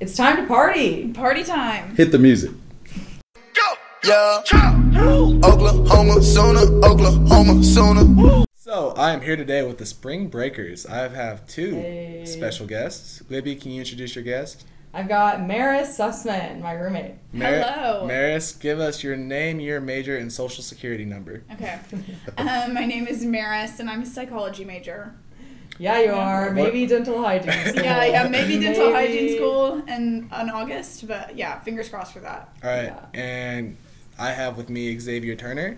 It's time to party. Party time. Hit the music. Yeah. Oklahoma sooner, Oklahoma sooner. So I am here today with the Spring Breakers. I have two special guests. Libby, can you introduce your guest? I've got Maris Sussman, my roommate. Hello. Maris, give us your name, your major, and social security number. Okay. Um, my name is Maris, and I'm a psychology major. Yeah, you are. Maybe dental hygiene. School. Yeah, yeah, maybe dental Maybe. hygiene school and on August, but yeah, fingers crossed for that. All right, Yeah. and I have with me Xavier Turner.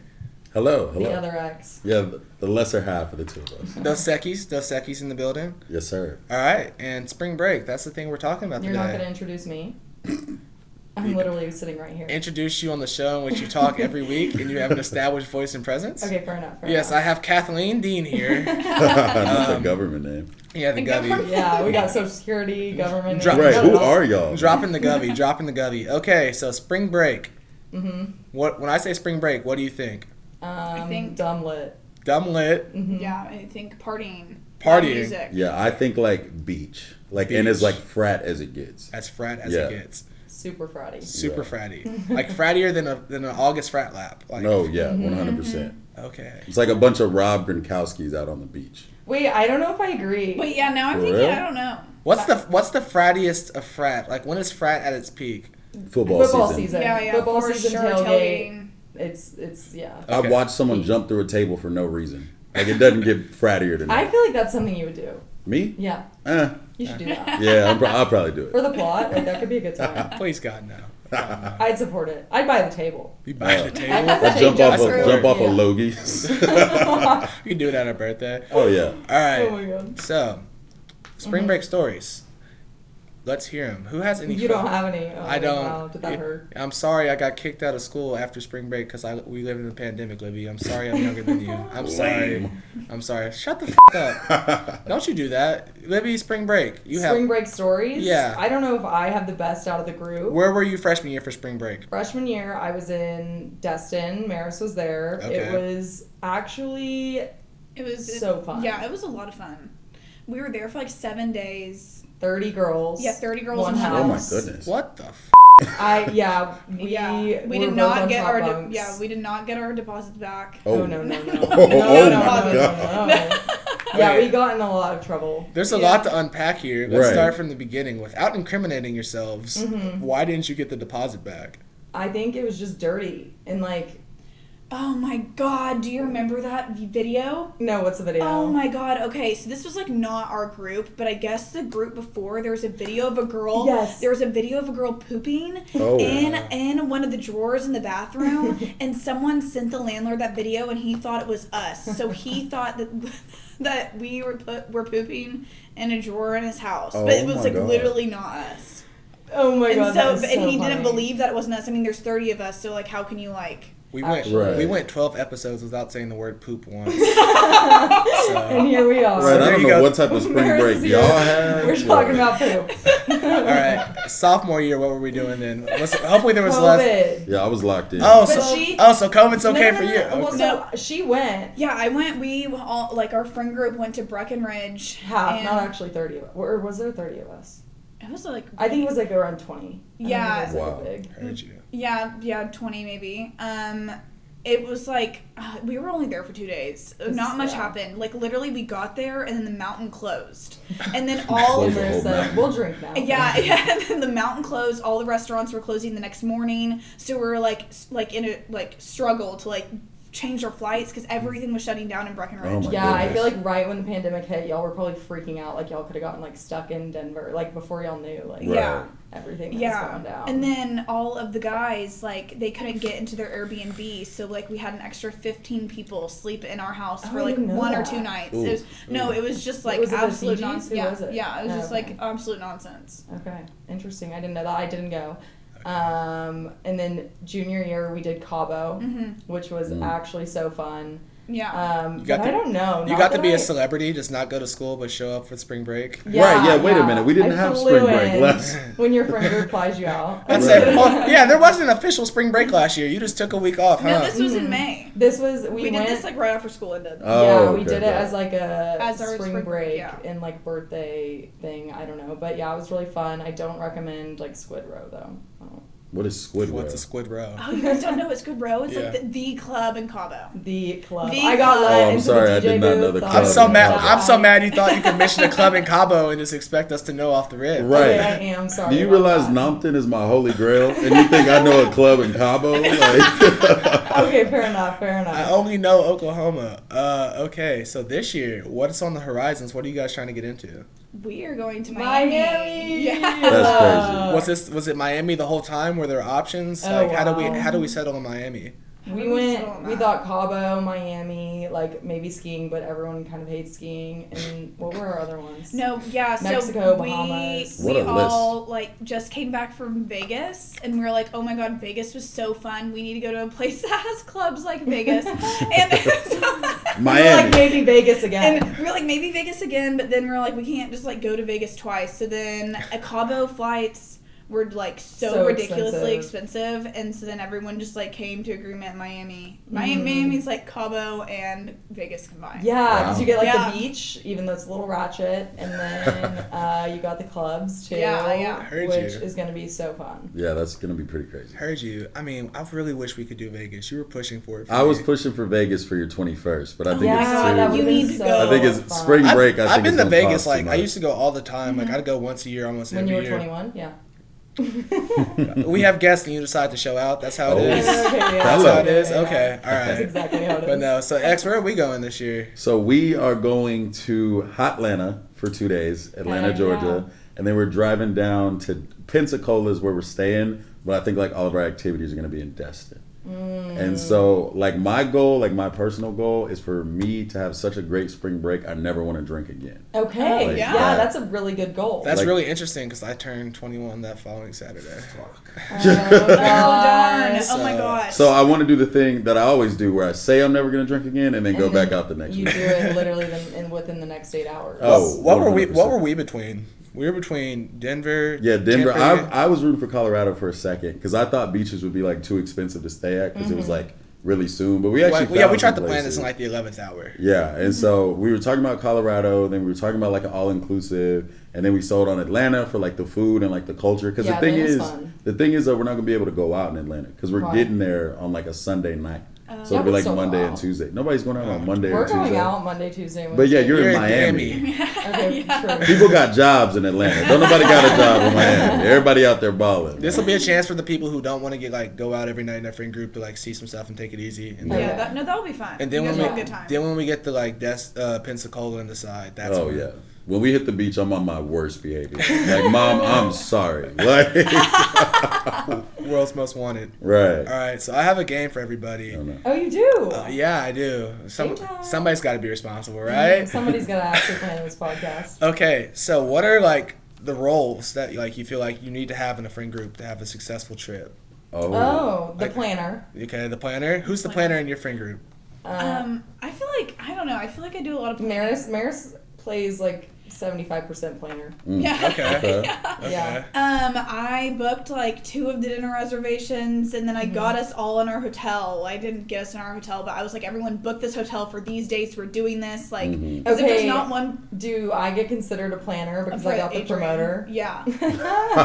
Hello, The hello. other ex. yeah, the- the lesser half of the two of us. Dos Equis, Dos Equis in the building. yes, sir. All right, and Spring Break. That's the thing we're talking about You're today. not going to introduce me. I'm literally sitting right here. Introduce you on the show in which you talk every week, and you have an established voice and presence. Okay, fair enough. Fair Yes, I enough. have Kathleen Dean here. Not Um, the government name. Yeah, the And gubby. government. Yeah, we got Social Security, government. Drop- Right, who are you? y'all? Dropping the gubby, dropping the gubby. Okay, so spring break. Mhm. What when I say spring break, what do you think? Um, I think- dumb lit. Dumb lit. Mhm. Yeah, I think partying. Partying. Music. Yeah, I think like beach, like and Beach. as like frat as it gets. As frat as it Yeah. gets. Super Friday. Super Yeah. fratty. Like frattier than a than an August frat lap. Like No, yeah, one hundred percent. Okay. It's like a bunch of Rob Gronkowski's out on the beach. Wait, I don't know if I agree. But yeah, now I'm For thinking, real? I don't know. What's the what's the frattiest of frat? Like when is frat at its peak? Football, Football season. season. Yeah, yeah. Football for season sure, tailgate. tailgating. It's it's yeah. Okay. I've watched someone jump through a table for no reason. Like it doesn't get frattier than I that. feel like that's something you would do. Me? Yeah, Eh, you should do that yeah, I'm pro- I'll probably do for it. the plot. Like that could be a good time. Please God no. I'd support it. I'd buy the table. You buy the table. I jump off a Screw jump off a Yeah. Logies. You can do it at our birthday. oh yeah. All Oh my right. god. So, spring Mm-hmm. break stories. Let's hear them. Who has any? You fun- don't have any. Oh, I don't. Wow, did that Yeah. hurt? I'm sorry I got kicked out of school after spring break because I we live in a pandemic, Libby. I'm sorry I'm younger than you. I'm sorry. Lame. I'm sorry. Shut the f- up. Don't you do that, Libby? Spring break. You have. Spring break stories. Yeah. I don't know if I have the best out of the group. Where were you freshman year for spring break? Freshman year, I was in Destin. Maris was there. It Okay. was actually It was So fun. Yeah, it was a lot of fun. We were there for like seven days. 30 girls. Yeah, 30 girls One in house. Oh my house. goodness. What the? F- I yeah. We yeah, we were did both not on get top our de- bunks. yeah, we did not get our deposits back. Oh, no no no. No, no, Oh, no, oh my no, God. no, no. Yeah, Okay. we got in a lot of trouble. There's a Yeah. lot to unpack here. Let's Right. start from the beginning. Without incriminating yourselves, Mm-hmm. why didn't you get the deposit back? I think it was just dirty and like Oh my god, do you remember that video? no, what's the video? Oh my god, okay, so this was like not our group, but I guess the group before there was a video of a girl Yes. there was a video of a girl pooping Oh. in in one of the drawers in the bathroom and someone sent the landlord that video and he thought it was us. So he thought that that we were put, were pooping in a drawer in his house. but it Oh was my like God. literally not us. Oh my and god. that so, is and he didn't funny. believe that it wasn't us. I mean, there's 30 of us, so like, how can you like? We went Actually- Right. we went 12 episodes without saying the word poop once. And here we are. Right, I there don't you know go. what type of spring Maris break is y'all here. had. We're talking about poop. All right, sophomore year, what were we doing then? Let's, hopefully there was less. COVID. Yeah, I was locked in. Oh, But so she- oh, so COVID's No, no, okay no, for no. you. Well, Okay. so she went. Yeah, I went. We all like our friend group went to Breckenridge. Half, and not actually 30 of us. Or was there 30 of us? It was like I think it was like around 20. I don't Yeah. think it was, like, Wow. big. Heard Mm-hmm. you. yeah, yeah, twenty maybe. Um, it was like uh, we were only there for two days. Not much yeah. happened. Like literally, we got there and then the mountain closed, and then all And Closed the Maris whole said, mountain. we'll drink now. Yeah, yeah. And then the mountain closed. All the restaurants were closing the next morning. So we were like, s- like in a like struggle to like change our flights because everything was shutting down in Breckenridge. my Yeah, I goodness. feel like right when the pandemic hit, y'all were probably freaking out. Like y'all could have gotten like stuck in Denver, like before y'all knew, like Right. Yeah. everything that was Yeah. going down. And then all of the guys, like, they couldn't get into their Airbnb. So, like, we had an extra 15 people sleep in our house Oh, for, I like, didn't know one or that. two nights. Ooh. It was, no, it was just, like, Was it the absolute Fijis? nonsense. Who Yeah, was it? yeah, it was Oh, just, okay. like, absolute nonsense. okay, interesting. I didn't know that. I didn't go. Mm-hmm. Um, and then junior year we did Cabo, which was actually so fun. Yeah. Um, got but the- I don't know. You Not got to that be a I- celebrity, just not go to school, but show up for spring break. right, yeah, wait a minute. We didn't I have flew spring break in last. When your friend group flies you out. That's Right. it. Well, yeah, there wasn't an official spring break last year. You just took a week off, huh? no, this was in May. This was hmm. we, We, did went. this like right after school ended. Oh, yeah, we okay, did it okay. as like a As our spring, spring break, break yeah. and like birthday thing. I don't know, but yeah, it was really fun. I don't recommend like Squid Row though. I don't- What is Squidward? What's a squid row? Oh, you guys don't know it's Good Row? It's Yeah. like the, the club in Cabo. The club. The I got club. led Oh, I'm into sorry, the I DJ did not know booth. the I club. I'm was so so mad. shocked. I'm so mad you thought you could mention a club in Cabo and just expect us to know off the rip. Right. Okay, I am sorry. Do you about realize that. Nompton is my holy grail, and you think I know a club in Cabo? Like, Okay, fair enough. Fair enough. Oh. I only know Oklahoma. Uh, okay, so this year, what's on the horizons? What are you guys trying to get into? We are going to Miami. Miami. Yeah. That's Uh, crazy. Was this was it Miami the whole time? Were there options? Oh, like how do wow. we how do um, we settle on Miami? We did we settle went. on We that? thought Cabo, Miami, like maybe skiing, but everyone kind of hates skiing. And what were our other ones? No, yeah. So Mexico, we Bahamas. What we a list. all like just came back from Vegas, and we were like, "Oh my god, Vegas was so fun. We need to go to a place that has clubs like Vegas." and We were like Miami. maybe Vegas again. And we were like, maybe Vegas again, but then we were like, we can't just like go to Vegas twice. So then a Cabo flights were like so, So ridiculously expensive. and so then everyone just like came to agreement in Miami. Miami Miami's like Cabo and Vegas combined. Mm. yeah, because Wow. you get like Yeah. the beach, even though it's a little ratchet, and then uh, you got the clubs too. Yeah, yeah. Heard which you. is gonna be so fun. yeah, that's gonna be pretty crazy. Heard you. I mean, I really wish we could do Vegas. You were pushing for it. for I was me. pushing for Vegas for your 21st, but I think my it's God, too. that You would've need been to so go. I think it's fun. spring break. I I've think been to it's gonna Vegas. cost too Like I much. used to go all the time. Like I'd go once a year, almost Mm-hmm. When every you were year. 21, yeah. We have guests and you decide to show out. That's how it Oh. is. That's Okay, yeah. That's Hello. how it is. Yeah, yeah, yeah. Okay, all That's right. exactly how it is. But no, so X, where are we going this year? So we are going to Hotlanta for two days, Atlanta, Heck Georgia, yeah. and then we're driving down to Pensacola is where we're staying. But I think like all of our activities are going to be in Destin. Mm. And so, like my goal, like my personal goal, is for me to have such a great spring break. I never want to drink again. Oh, Okay, Like yeah. that. that's a really good goal. That's Like- really interesting because I turned 21 that following Saturday. Oh, Oh, darn. gosh. oh my So- gosh. So I want to do the thing that I always do, where I say I'm never going to drink again, and then go And back then out the next You week. do it literally then, and within the next eight hours. Oh. what were we? What 100%. were we between? We were between Denver. Yeah, Denver. I, Tampa. I was rooting for Colorado for a second because I thought beaches would be like too expensive to stay at because it was like really soon. But we actually Mm-hmm. Well, yeah, found we tried to some plan this places. in like Mm-hmm. the 11th hour. yeah, and so we were talking about Colorado, then we were talking about like an all inclusive, and then we sold on Atlanta for like the food and like the culture. Because Yeah, the thing Atlanta's is, fun. the thing is that we're not gonna be able to go out in Atlanta because we're Right. getting there on like a Sunday night, Oh, so Yeah, it'll be but like still go Monday and out. Tuesday. Nobody's going out on Monday We're or Tuesday. going out Monday, Tuesday. Wednesday. But yeah, you're, in You're Miami. Okay, true. People got jobs in Atlanta. Don't nobody got a job in Miami. Everybody out there balling. This will be a chance for the people who don't want to get like go out every night in their friend group to like see some stuff and take it easy. And yeah, then, that, no, that'll be fun. and then you guys when we will have a good time. then when we get to like Des- uh, Pensacola and decide that's Oh when- yeah. When we hit the beach, I'm on my worst behavior. Like, mom, I'm sorry. Like, world's most wanted. All right. right, so I have a game for everybody. Uh, Oh, no. Oh, you do. Yeah, I do. Some, Game time. somebody's got to be responsible, right? Somebody's gonna actually plan this podcast. Okay, so what are like the roles that like you feel like you need to have in a friend group to have a successful trip? Oh. Oh, the Like- planner. Okay, the planner. Who's the planner in your friend group? Uh, um, I feel like I don't know. I feel like I do a lot of Maris. Maris plays like seventy-five percent planner. Yeah. Mm, Okay. Okay. Yeah. Um, I booked like two of the dinner reservations, and then I Mm-hmm. got us all in our hotel. I didn't get us in our hotel, but I was like, everyone book this hotel for these dates. We're doing this, like, Mm-hmm. 'cause if Okay. there's not one Do I get considered a planner because Uh, for I got the Adrian- promoter? yeah, yeah, yeah,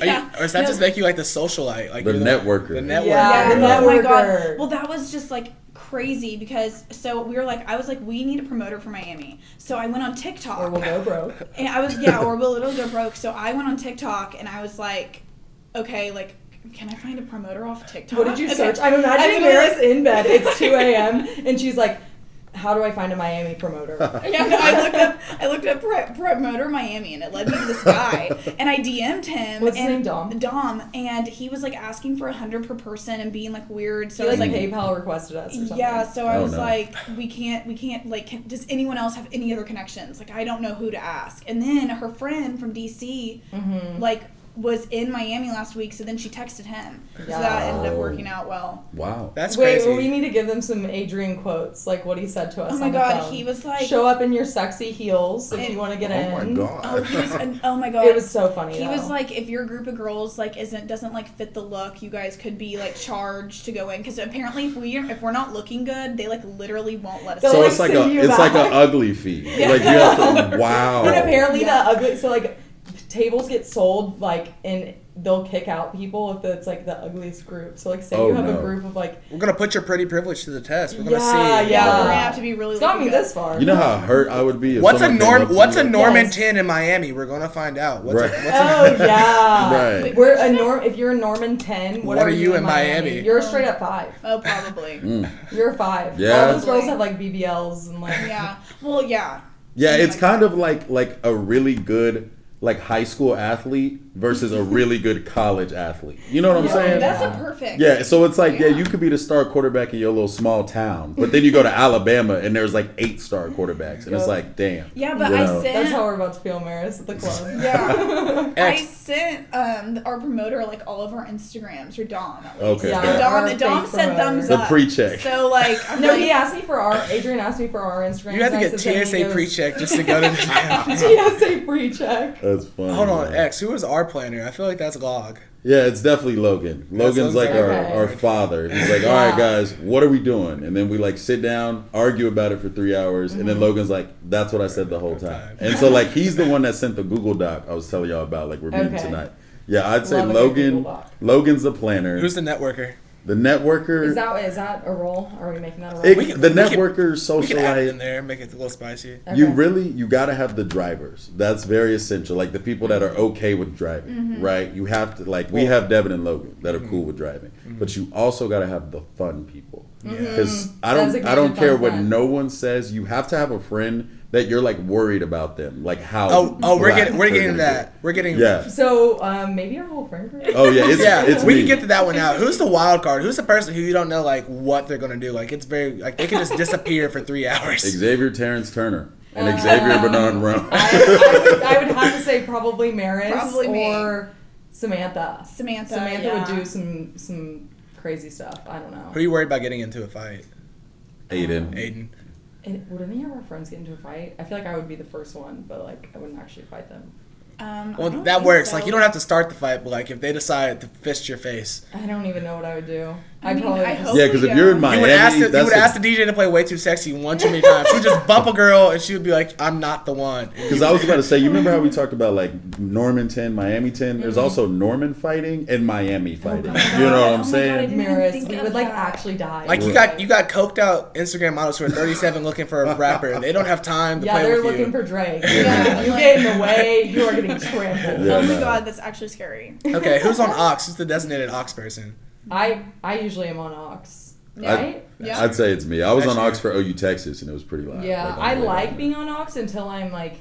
Are yeah. You, or does that just make you like the socialite, like The you're networker. The Yeah, networker. the Yeah. Oh my networker. god. Well, that was just like crazy because so we were like, I was like, we need a promoter for Miami. So I went on TikTok. Or we'll go broke. And I was yeah, or will it'll go broke. So I went on TikTok and I was like, okay, like, can I find a promoter off TikTok? What did you Okay. search? I'm imagining I literally- Maris in bed. It's 2 a.m. and she's like, "How do I find a Miami promoter?" Yeah, no, I looked up. I looked up pro- promoter Miami, and it led me to this guy. And I DM'd him. What's his and name, Dom? Dom, and he was like asking for a hundred per person and being like weird. So He I was like, like, PayPal requested us. Or something. yeah. So I Oh, was no. like, we can't, we can't. Like, can, does anyone else have Mm-hmm. any other connections? Like, I don't know who to ask. And then her friend from DC, like. was in Miami last week, so then she texted him. So Yeah. that ended up working out well. Wow. That's Wait, crazy. we need to give them some Adrian quotes, like what he said to us. Oh my on the god, phone. he was like, show up in your sexy heels if you want to get in. oh my oh, he was, god. an, oh my god, It was so funny. He though. was like, if your group of girls like isn't doesn't like fit the look, you guys could be like charged to go in because apparently if we if we're not looking good, they like literally won't let us. They'll, so in. it's like Like, a see you it's like back. an ugly fee. Like you have to wow. and apparently Yeah. the ugly. So like, tables get sold like, and they'll kick out people if it's like the ugliest group. So like, say Oh, you have no. a group of like, We're gonna put your pretty privilege to the test. We're gonna Yeah, see. yeah, we're gonna Yeah. have to be really. it's got looking me good. this far. You know how hurt I would be. If What's a someone came up norm? to What's you- a Norman Yes. ten in Miami? We're gonna find out. What's Right. a, what's a, Oh yeah. Right. We're a norm. If you're a Norman ten, what, What are you you in Miami? You're a straight up five. Oh, probably. Hmm. You're a five. Yeah. All those girls have like BBLs and like. yeah. Well, yeah. Yeah, it's kind of like like a really good like high school athlete versus a really good college athlete. You know what I'm saying? That's a perfect. yeah, so it's like yeah. you could be the star quarterback in your little small town, but then you go to Alabama and there's like eight star quarterbacks, and it's like damn. Yeah, but you I know. sent. That's how we're about to feel, Maris, at the club. yeah, I Ex- sent um our promoter like all of our Instagrams or Dom. at least. Okay. Yeah. Dom, Our the Dom fake said promoter. thumbs Oh, The up. pre-check. So like, I'm No, like, he asked me for our. Adrian asked me for our Instagram. you have to and I get said that, and he TSA goes, pre-check just to go to the. TSA pre-check. That's funny. Hold on, man. X. Who was our planner? I feel like that's Log. Yeah, it's definitely Logan. Logan's sounds like our, okay. our father. He's like, all right, guys, what are we doing? And then we like sit down, argue about it for three hours, and then Logan's like, that's what I said the whole time. And so like he's the one that sent the Google Doc I was telling y'all about. Like we're meeting Okay. tonight. Yeah, I'd say Love a good Logan. Google Doc. Logan's the planner. Who's the networker? the networker? Is that is that a role? Are we making that a role? It- We can- the we can- networker We can add it in socialite. there, make it a little spicy. You Okay. really you gotta have the drivers. That's very essential. Like the people that are Mm-hmm. okay with driving, right? You have to like we have Devin and Logan that are Mm-hmm. cool with driving, but you also gotta have the fun people. Because I That's don't a I don't good care fun what friend. no one says. You have to have a friend that you're like worried about them, like how. Oh, oh, we're black getting we're they're getting gonna that. We're be. getting Yeah. So um, maybe our whole friend group. Oh yeah. It's Yeah, It's we me. can get to that one out. Who's the wild card? Who's the person who you don't know like what they're gonna do? Like it's very like they can just disappear for three hours. Xavier Terrence Turner and Xavier Bernard Rome. Uh, I, I, would, I would have to say probably Maris Probably me. or Samantha. Samantha. Samantha yeah. would do some some crazy stuff. I don't know. Who are you worried about getting into a fight? Aiden. Aiden. And would any of our friends get into a fight? I feel like I would be the first one, but like I wouldn't actually fight them. Um, I Well, don't that think works. so. Like you don't have to start the fight, but like if they decide to fist your face, I don't even know what I would do. I I'd mean, probably I just- hope- Yeah, because if you're in You would Miami, you would ask the, you that's would a- ask the DJ to play way too sexy one too many times. She would just bump a girl and she would be like, "I'm not the one." Because I was about to say, you remember how we talked about like Norman 10, Miami 10? There's also Norman fighting and Miami fighting. you know what Oh Mm-hmm. I'm my saying? God, didn't Maris, think we of would like that. actually die. Like you got you got coked out Instagram models who are 37 looking for a rapper. They don't have time to Yeah, play they're with looking you. for Drake. Yeah. you get in the way, you are getting trampled. Yeah, oh my no. god, that's actually scary. okay, who's on Ox? Who's the designated Ox person? I I usually am on Ox. I- Right? Yeah. I'd say it's me. I was on Actually- Oxford OU, Texas, and it was pretty loud. yeah, on the I way like down. being on Ox until I'm like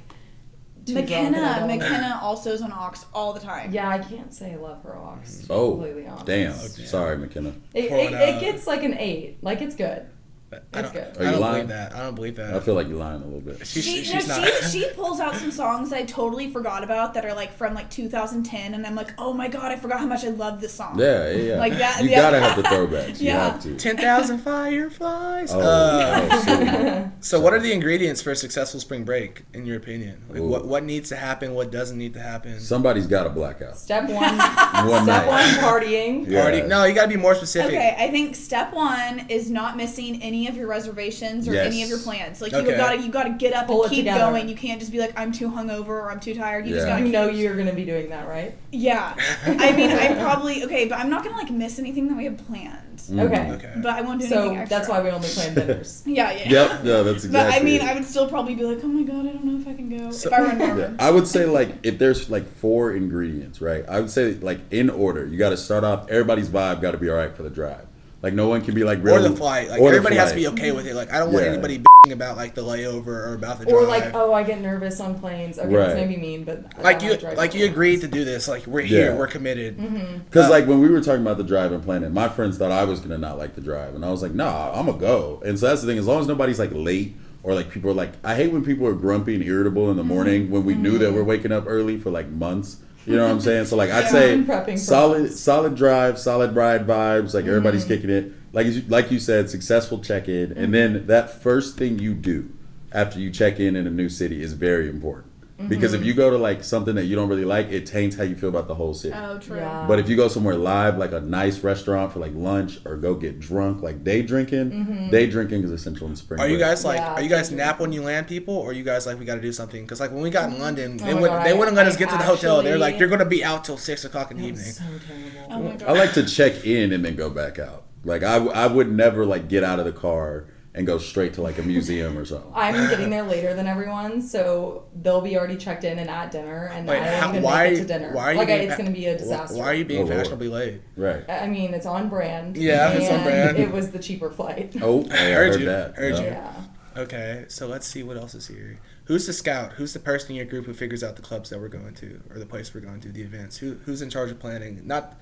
too drunk and I McKenna, don't- McKenna also is on Ox all the time. Yeah, I can't say I love her Ox. to be completely Oh, honest. damn. Sorry, McKenna. It, Pouring it, out. it gets like an eight. Like it's good. I That's don't, good. Are I you don't believe lying? that. I don't believe that. I feel like you're lying a little bit. She's- She, she's no, not. she, she pulls out some songs I totally forgot about that are like from like 2010, and I'm like, oh my god, I forgot how much I love this song. Yeah, yeah, yeah. Like that- You yeah. gotta have the throwbacks. You Yeah. have to. Ten thousand fireflies. Oh, Uh, oh, shoot. so, what are the ingredients for a successful spring break, in your opinion? Like, Ooh. what what needs to happen? What doesn't need to happen? Somebody's got a blackout. Step one One step one night. partying. Yeah. Already, no, you got to be more specific. Okay, I think step one is not missing any of your reservations or any of Yes. your plans. Like Okay. you gotta you gotta get up Pull it and keep together. going. You can't just be like I'm too hungover or I'm too tired. You just Yeah. gotta You know keep- you're gonna be doing that, right? Yeah, I mean I probably okay, but I'm not gonna like miss anything that we had planned. Mm-hmm. Okay. Okay. But I won't do anything So extra. that's why we only plan dinners. Yeah, yeah. Yep, no, that's exactly But I mean, it. I would still probably be like, oh my god, I don't know if I can go So- if I run Yeah, Norman. I would say like if there's like four ingredients, right? I would say like in order, you got to start off. Everybody's vibe got to be all right for the drive. Like no one can be like or really the flight. Like or the everybody has to be flight. okay with it. Like I don't want Yeah. anybody bitching about like the layover or about the drive. Or like, oh, I get nervous on planes. Okay, Right. that's maybe mean, but I like don't you drive Mm-hmm. like you planes. agreed to do this. Like we're here. Yeah. We're committed. Because Uh, like when we were talking about the drive and planning, my friends thought I was gonna not like the drive, and I was like, nah, I'm gonna go. And so that's the thing. As long as nobody's like late or like people are Mm-hmm. like, I hate when people are grumpy and irritable in the morning when we knew that we're waking up early for like months. You know what I'm saying? So like I'd Yeah, I'm say prepping for solid, months. Mm-hmm. solid drive, solid ride vibes. Like everybody's kicking it. Like you- like you said, successful check in, and then that first thing you do after you check in in a new city is very important because Mm-hmm. if you go to like something that you don't really like, it taints how you feel about the whole city. Oh, true. Yeah. But if you go somewhere live, like a nice restaurant for like lunch, or go get drunk, like day drinking, Mm-hmm. day drinking is essential in spring. Are you break. guys like? Yeah, are you guys thank you. nap when you land people, or are you guys like we got to do something? Because like when we got in London, they Oh my would God, they I- wouldn't let us I get to the hotel. They're like, actually- you're gonna be out till six o'clock in the That evening. was so terrible. Oh my god. I like to check in and then go back out. Like I, I would never like get out of the car and go straight to like a museum or something. I'm getting there later than everyone, so they'll be already checked in and at dinner, and I Wait, won't how- even why? make it to dinner. Why are you? like, I- being it's fa- going to be a disaster. Why are you Oh, being Lord. fashionably late? Right. I mean, it's on brand. Yeah, it's on and brand. It was the cheaper flight. Oh, I heard heard, you. that. Heard yeah. you. Yeah. Okay, so let's see what else is here. Who's the scout? Who's the person in your group who figures out the clubs that we're going to, or the place we're going to, the events? Who who's in charge of planning? Not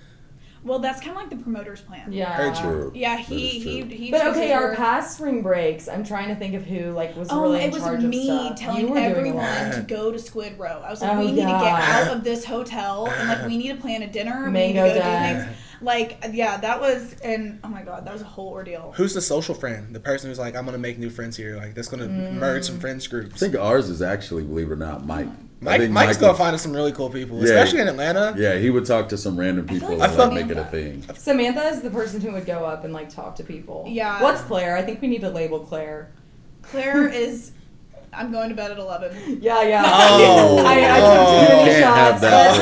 Well, that's kind of like the promoter's plan. Yeah. Heard you. True. Yeah, That he is he true. he. But chooses okay, our where- past spring breaks. I'm trying to think of who like was Um, really in it was charge me of stuff. You were telling doing a everyone lot. to go to Squid Row. I was like, Oh, we need to get yeah. out of this hotel, and like we need to plan a dinner. Mango we need to go Day. do things. Like, yeah, that was, and oh my god, that was a whole ordeal. who's the social friend? The person who's like, I'm gonna make new friends here. Like that's gonna merge Mm. some friends I groups. think ours is actually, believe it or not, Mike. I Mike, think Mike's Michael- gonna find us some really cool people, Yeah. especially in Atlanta. Yeah, he would talk to some random feel people like and I like feel- make it a thing. Samantha is the person who would go up and like talk to people. Yeah. What's Claire? I think we need to label Claire. Claire is, I'm going to bed at eleven. Yeah, yeah. Oh. I, I Oh. took too many Can't have shots that. all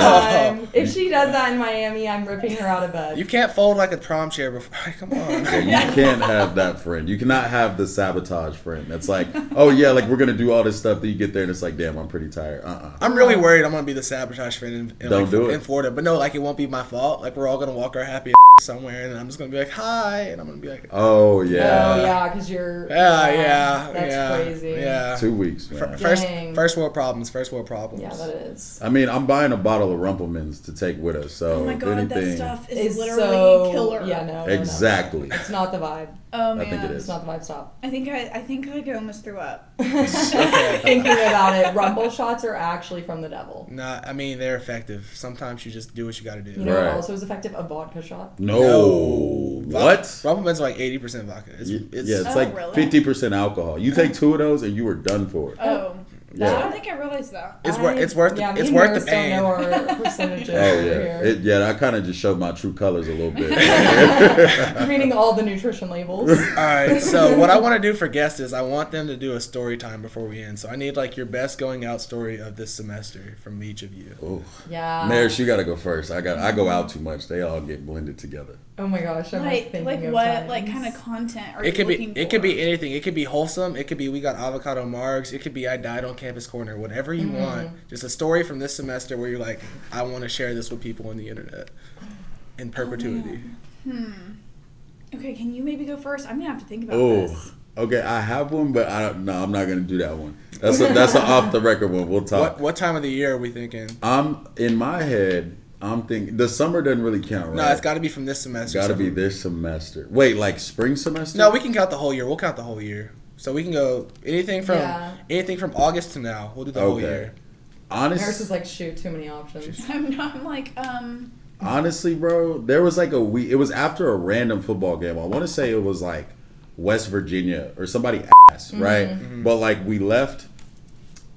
the time. If she does that in Miami, I'm ripping her out of bed. You can't fold like a prom chair before. come Yeah, on. you can't have that friend. You cannot have the sabotage friend. That's like, oh yeah, like we're gonna do all this stuff. Then you get there and it's like, damn, I'm pretty tired. Uh uh I'm really worried I'm gonna be the sabotage friend in, in, Don't like, do it. in Florida, but no, like it won't be my fault. Like we're all gonna walk our happy somewhere, and I'm just gonna be like, hi, and I'm gonna be like, Oh yeah. Oh yeah, because you're. yeah, yeah, That's yeah, crazy. Yeah. Two weeks. Man. Fir- First, Dang. first world problems. First world problems. Yeah, that is. I mean, I'm buying a bottle of Rumplemans to take with us. So Oh my god, anything, Oh, that stuff is It's literally so killer. Yeah, no, no. no. exactly. It's not the vibe. Oh man, I think it is. It's not the vibe. Stop. I think I, I think like, I almost threw up. Thinking about it, rumble shots are actually from the devil. Nah, I mean they're effective. Sometimes you just do what you got to do. You know, what Right. also is effective a vodka shot. Vo- No. Oh, What? Rumpleman's like eighty percent vodka. It's, Y- it's, yeah, it's Oh, like really? fifty percent alcohol. You take two of those and you were done for. It. Oh, Yeah. I don't think I realized that. it's, wor- I- it's worth. Yeah, the, me it's and worth Nurse the pain. Don't know our percentages Oh over yeah, here. it, yeah. I kind of just showed my true colors a little bit. Reading all the nutrition labels. All right. So what I want to do for guests is I want them to do a story time before we end. So I need like your best going out story of this semester from each of you. Ooh. Yeah. Mayor, you gotta go first. I got I go out too much. They all get blended together. Oh my gosh. I'm like, Like, thinking like of what, times. like kind of content are It you could be looking it could for? be anything. It could be wholesome. It could be we got avocado margs. It could be I died on campus corner. Whatever you want. Just a story from this semester where you're like, I want to share this with people on the internet in perpetuity. Okay, can you maybe go first? I'm gonna have to think about Oh, this. okay. I have one, but I don't. No, I'm not gonna do that one. That's a, that's an off the record one. We'll talk. what what time of the year are we thinking? I'm in my head. I'm thinking the summer doesn't really count, right? No, it's got to be from this semester. Gotta So- be this semester. Wait, like spring semester? No, we can count the whole year. We'll count the whole year. So we can go anything from Yeah. anything from August to now. We'll do the whole Okay. year. Nurse is honestly, like, shoot, too many options. I'm not. I'm like, um, honestly, bro, there was like a week. It was after a random football game. I want to say it was like West Virginia or somebody ass, Mm-hmm. right? But like we left,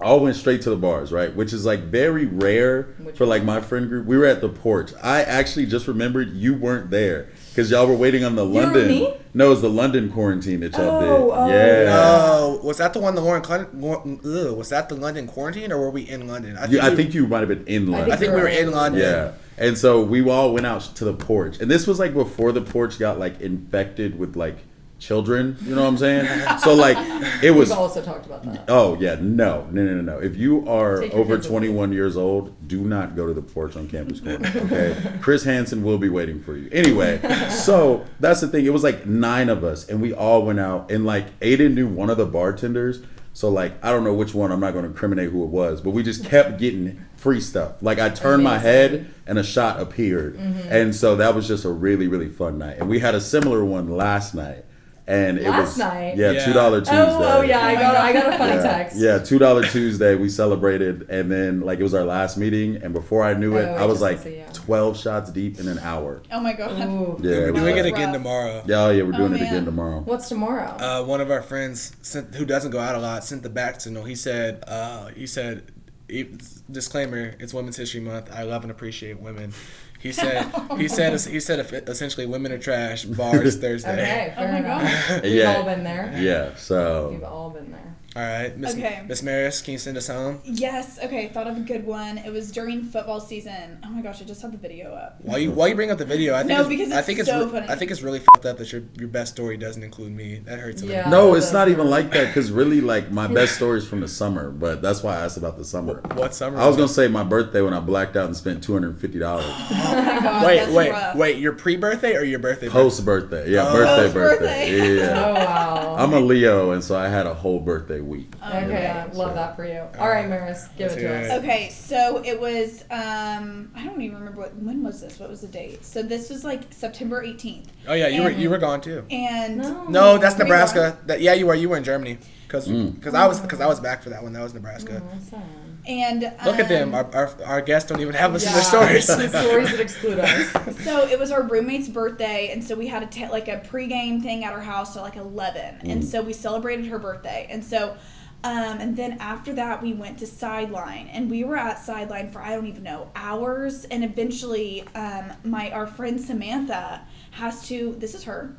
all went straight to the bars, right? Which is like very rare Which for like my friend group. We were at the porch. I actually just remembered you weren't there because y'all were waiting on the were with London. me? No, it was the London quarantine that y'all Oh, did. oh. yeah. Oh, was that the one the Lauren? Clun- Lauren- ugh, was that the London quarantine or were we in London? I You, I we- think you might have been in London. I think we were in London. Yeah. And so we all went out to the porch. And this was like before the porch got like infected with like children. You know what I'm saying? so like it was We've also talked about that. Oh yeah, no, no, no, no, no. If you are Take your over kids away. 21 years old, do not go to the porch on campus corner. Okay, Chris Hansen will be waiting for you. Anyway, so that's the thing. It was like nine of us, and we all went out, and like Aiden knew one of the bartenders. So like I don't know which one. I'm not going to incriminate who it was, but we just kept getting free stuff. Like I turned my Amazing. Mm-hmm. head, and a shot appeared, and so that was just a really really fun night. And we had a similar one last night. and it Last was night? yeah, Yeah. two dollar Tuesday. Oh, oh yeah, I got I got a funny uh, yeah. text. Yeah, two dollar Tuesday. We celebrated, and then like it was our last meeting, and before I knew it, Oh, I I was just like see, yeah. twelve shots deep in an hour. Oh my god. Ooh. Yeah, We're it was doing it like- That's again rough. tomorrow. yeah, oh, yeah, we're doing Oh, it man. again tomorrow. What's tomorrow? Uh, one of our friends sent, who doesn't go out a lot sent the back signal. He said, uh, he said, he- disclaimer: It's Women's History Month. I love and appreciate women. He said, he said, he said, essentially, women are trash. Bars Thursday. okay, fair Oh my enough. We've Yeah. all been there. Yeah, We've so all been there. All right, Miss Okay. Miss Maris, can you send us home? Yes. Okay. Thought of a good one. It was during football season. Oh my gosh! I just had the video up. While you while you bring up the video, I think No, it's, because I it's think so it's re- funny. I think it's really fucked up that your your best story doesn't include me. That hurts a little. Yeah. no, it's not even like that because really, like my best story is from the summer, but that's why I asked about the summer. What summer? I was gonna say my birthday when I blacked out and spent two hundred and fifty dollars Oh my god. wait that's wait rough. wait your pre birthday or your birthday? post birthday. Yeah, Oh. birthday, Post-birthday. birthday. Oh Yeah, wow. I'm a Leo, and so I had a whole birthday week. Um, okay, Yeah, love so- Uh, that for you. All right, Maris, give it to Let's us. hear it. Okay, so it was um I don't even remember what when was this? What was the date? So this was like September 18th. Oh yeah, you were And- you were gone too. And No, that's Were you Nebraska. That yeah, you were you were in Germany because Mm. I was because I was back for that one. That was Nebraska. Awesome. and Mm. um, Look at them. Our, our, our guests don't even have us in Yeah, their stories. the stories that exclude us. So it was our roommate's birthday, and so we had a ta- like a pregame thing at her house at like eleven, and so we celebrated her birthday, and so. Um, and then after that, we went to sideline, and we were at sideline for I don't even know hours. And eventually, um, my our friend Samantha has to. This is her.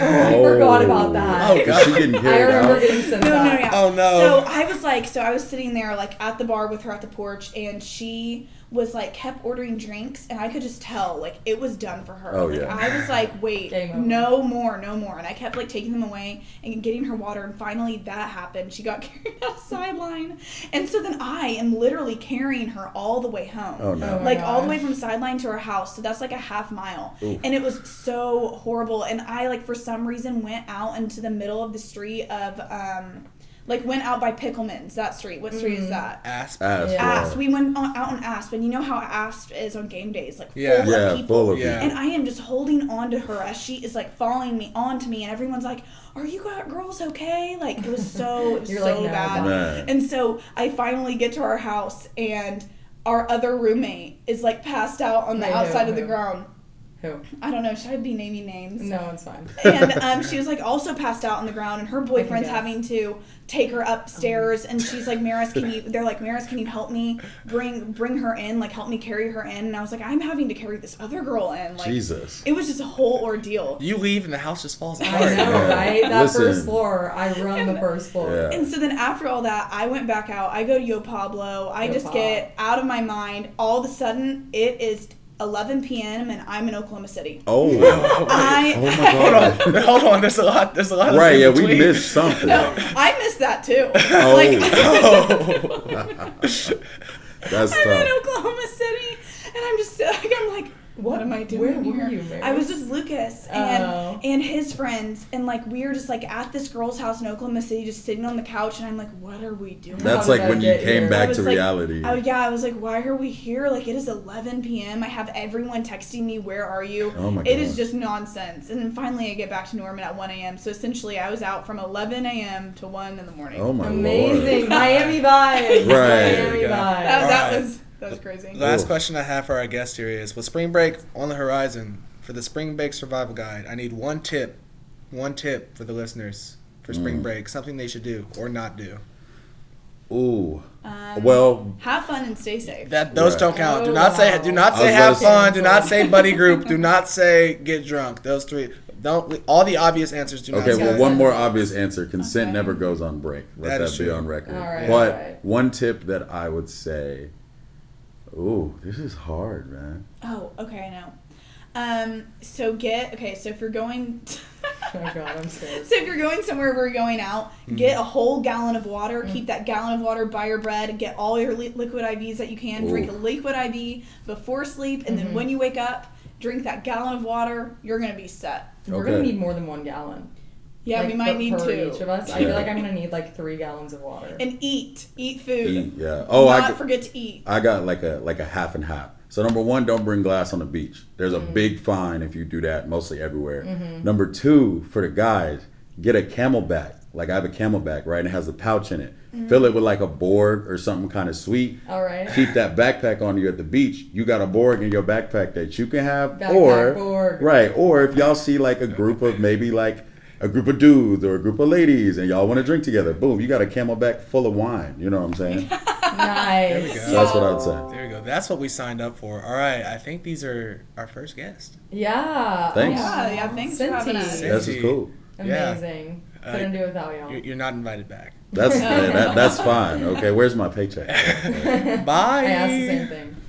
I forgot about that. Oh, God. She getting I carried remember out. getting sent No, no, that. yeah. Oh, no. So I was like, so I was sitting there like at the bar with her at the porch, and she was like kept ordering drinks, and I could just tell like it was done for her. Oh, like, yeah. I was like, wait, Game over. no more, no more, and I kept like taking them away and getting her water, and finally that happened. She got carried out of sideline, and so then I am literally carrying her all the way home. Oh no. my Like all the way gosh. from sideline to our house, so that's like a half mile, and it was so horrible. And I like for some reason went out into the middle of the street of, um, like went out by Pickleman's that street. What street is that? Asp. Ass, Yeah. bro. Asp. We went on, out on Asp, and you know how Asp is on game days, like full Yeah. of Yeah, people. full of Yeah. people. And I am just holding on to her as she is like following me onto me, and everyone's like, "Are you gu- girls okay?" Like it was so it was You're so like, "No, bad. Mom." Man. And so I finally get to our house, and our other roommate is like passed out on the Wait, who, outside of the who? ground. Who? I don't know. Should I be naming names? No, it's fine. and um, she was like also passed out on the ground, and her boyfriend's guess. having to take her upstairs, and she's like, "Maris, can you?" They're like, "Maris, can you help me bring bring her in? Like, help me carry her in." And I was like, "I'm having to carry this other girl in." Like, Jesus. it was just a whole ordeal. You leave and the house just falls I apart. know, right? That first Listen. floor, I run the first floor. Yeah. And so then after all that, I went back out. I go to Yo Pablo. I Yo just Pab. get out of my mind. All of a sudden, it is 11 p.m. and I'm in Oklahoma City. Oh. I Oh my god. Hold on, there's a lot. There's a lot. of right, yeah, in we between. missed something. no, I missed that too. Oh. Like That's I'm in tough. Oklahoma City, and I'm just like I'm like, what am I doing Where were here? you, Mary? I was with Lucas and Oh. and his friends, and like we were just like at this girl's house in Oklahoma City, just sitting on the couch, and I'm like, what are we doing? That's How did like I when you get came here? I back was to like- reality. Oh yeah, I was like, why are we here? Like it is 11 p.m. I have everyone texting me, where are you? Oh my It is God. just nonsense. And then finally, I get back to Norman at 1 a.m. So essentially, I was out from 11 a.m. to 1 in the morning. Oh my Amazing. lord. Miami vibes. Miami Right. vibes. that, that Alright. was that was crazy. Last Oof. question I have for our guest here is: With spring break on the horizon for the spring break survival guide, I need one tip, one tip for the listeners for Mm. spring break, something they should do or not do. Ooh. Um, Well, have fun and stay safe. That those Right. don't count. Do Oh, not say wow. do not I say was have about fun. Do not say buddy group. Do not say get drunk. Those three don't. All the obvious answers do not. Okay, say well, that. one more obvious answer. Consent Okay. never goes on break. Let That that, is be true. on record. All right, but all right. one tip that I would say, ooh, this is hard, man. Oh, okay, I know. Um, so get okay. So if you're going, Oh god, I'm scared. so if you're going somewhere where you're going out, Mm-hmm. get a whole gallon of water. Mm. Keep that gallon of water by your bed. Get all your li- liquid IVs that you can. Drink a Ooh. liquid IV before sleep, and Mm-hmm. then when you wake up, drink that gallon of water. You're gonna be set. We're gonna Okay. need more than one gallon. Yeah, Like, we might for- need for two. each of us. I Yeah. feel like I'm gonna need like three gallons of water. And eat, eat food. Eat, yeah. Oh, I not g- forget to eat. I got like a like a half and half. So number one, don't bring glass on the beach. There's a big fine if you do that, mostly everywhere. Number two, for the guys, get a camelback. Like I have a camelback, right? And it has a pouch in it. Fill it with like a board or something kind of sweet. All right. Keep that backpack on you at the beach. You got a board in your backpack that you can have, Backpack or board. right, or if y'all see like a group of maybe like a group of dudes or a group of ladies, and y'all want to drink together. Boom, you got a camelback full of wine. You know what I'm saying? Nice. go. So that's what I'd say. There we go. That's what we signed up for. All right. I think these are our first guests. Yeah. Oh Thanks. Yeah, yeah, thanks for having us. Cinti. That's just cool. Yeah. Amazing. Uh, Couldn't do it without You're, y'all. you're not invited back. That's that, that's fine. Okay, where's my paycheck? Bye. I asked the same thing.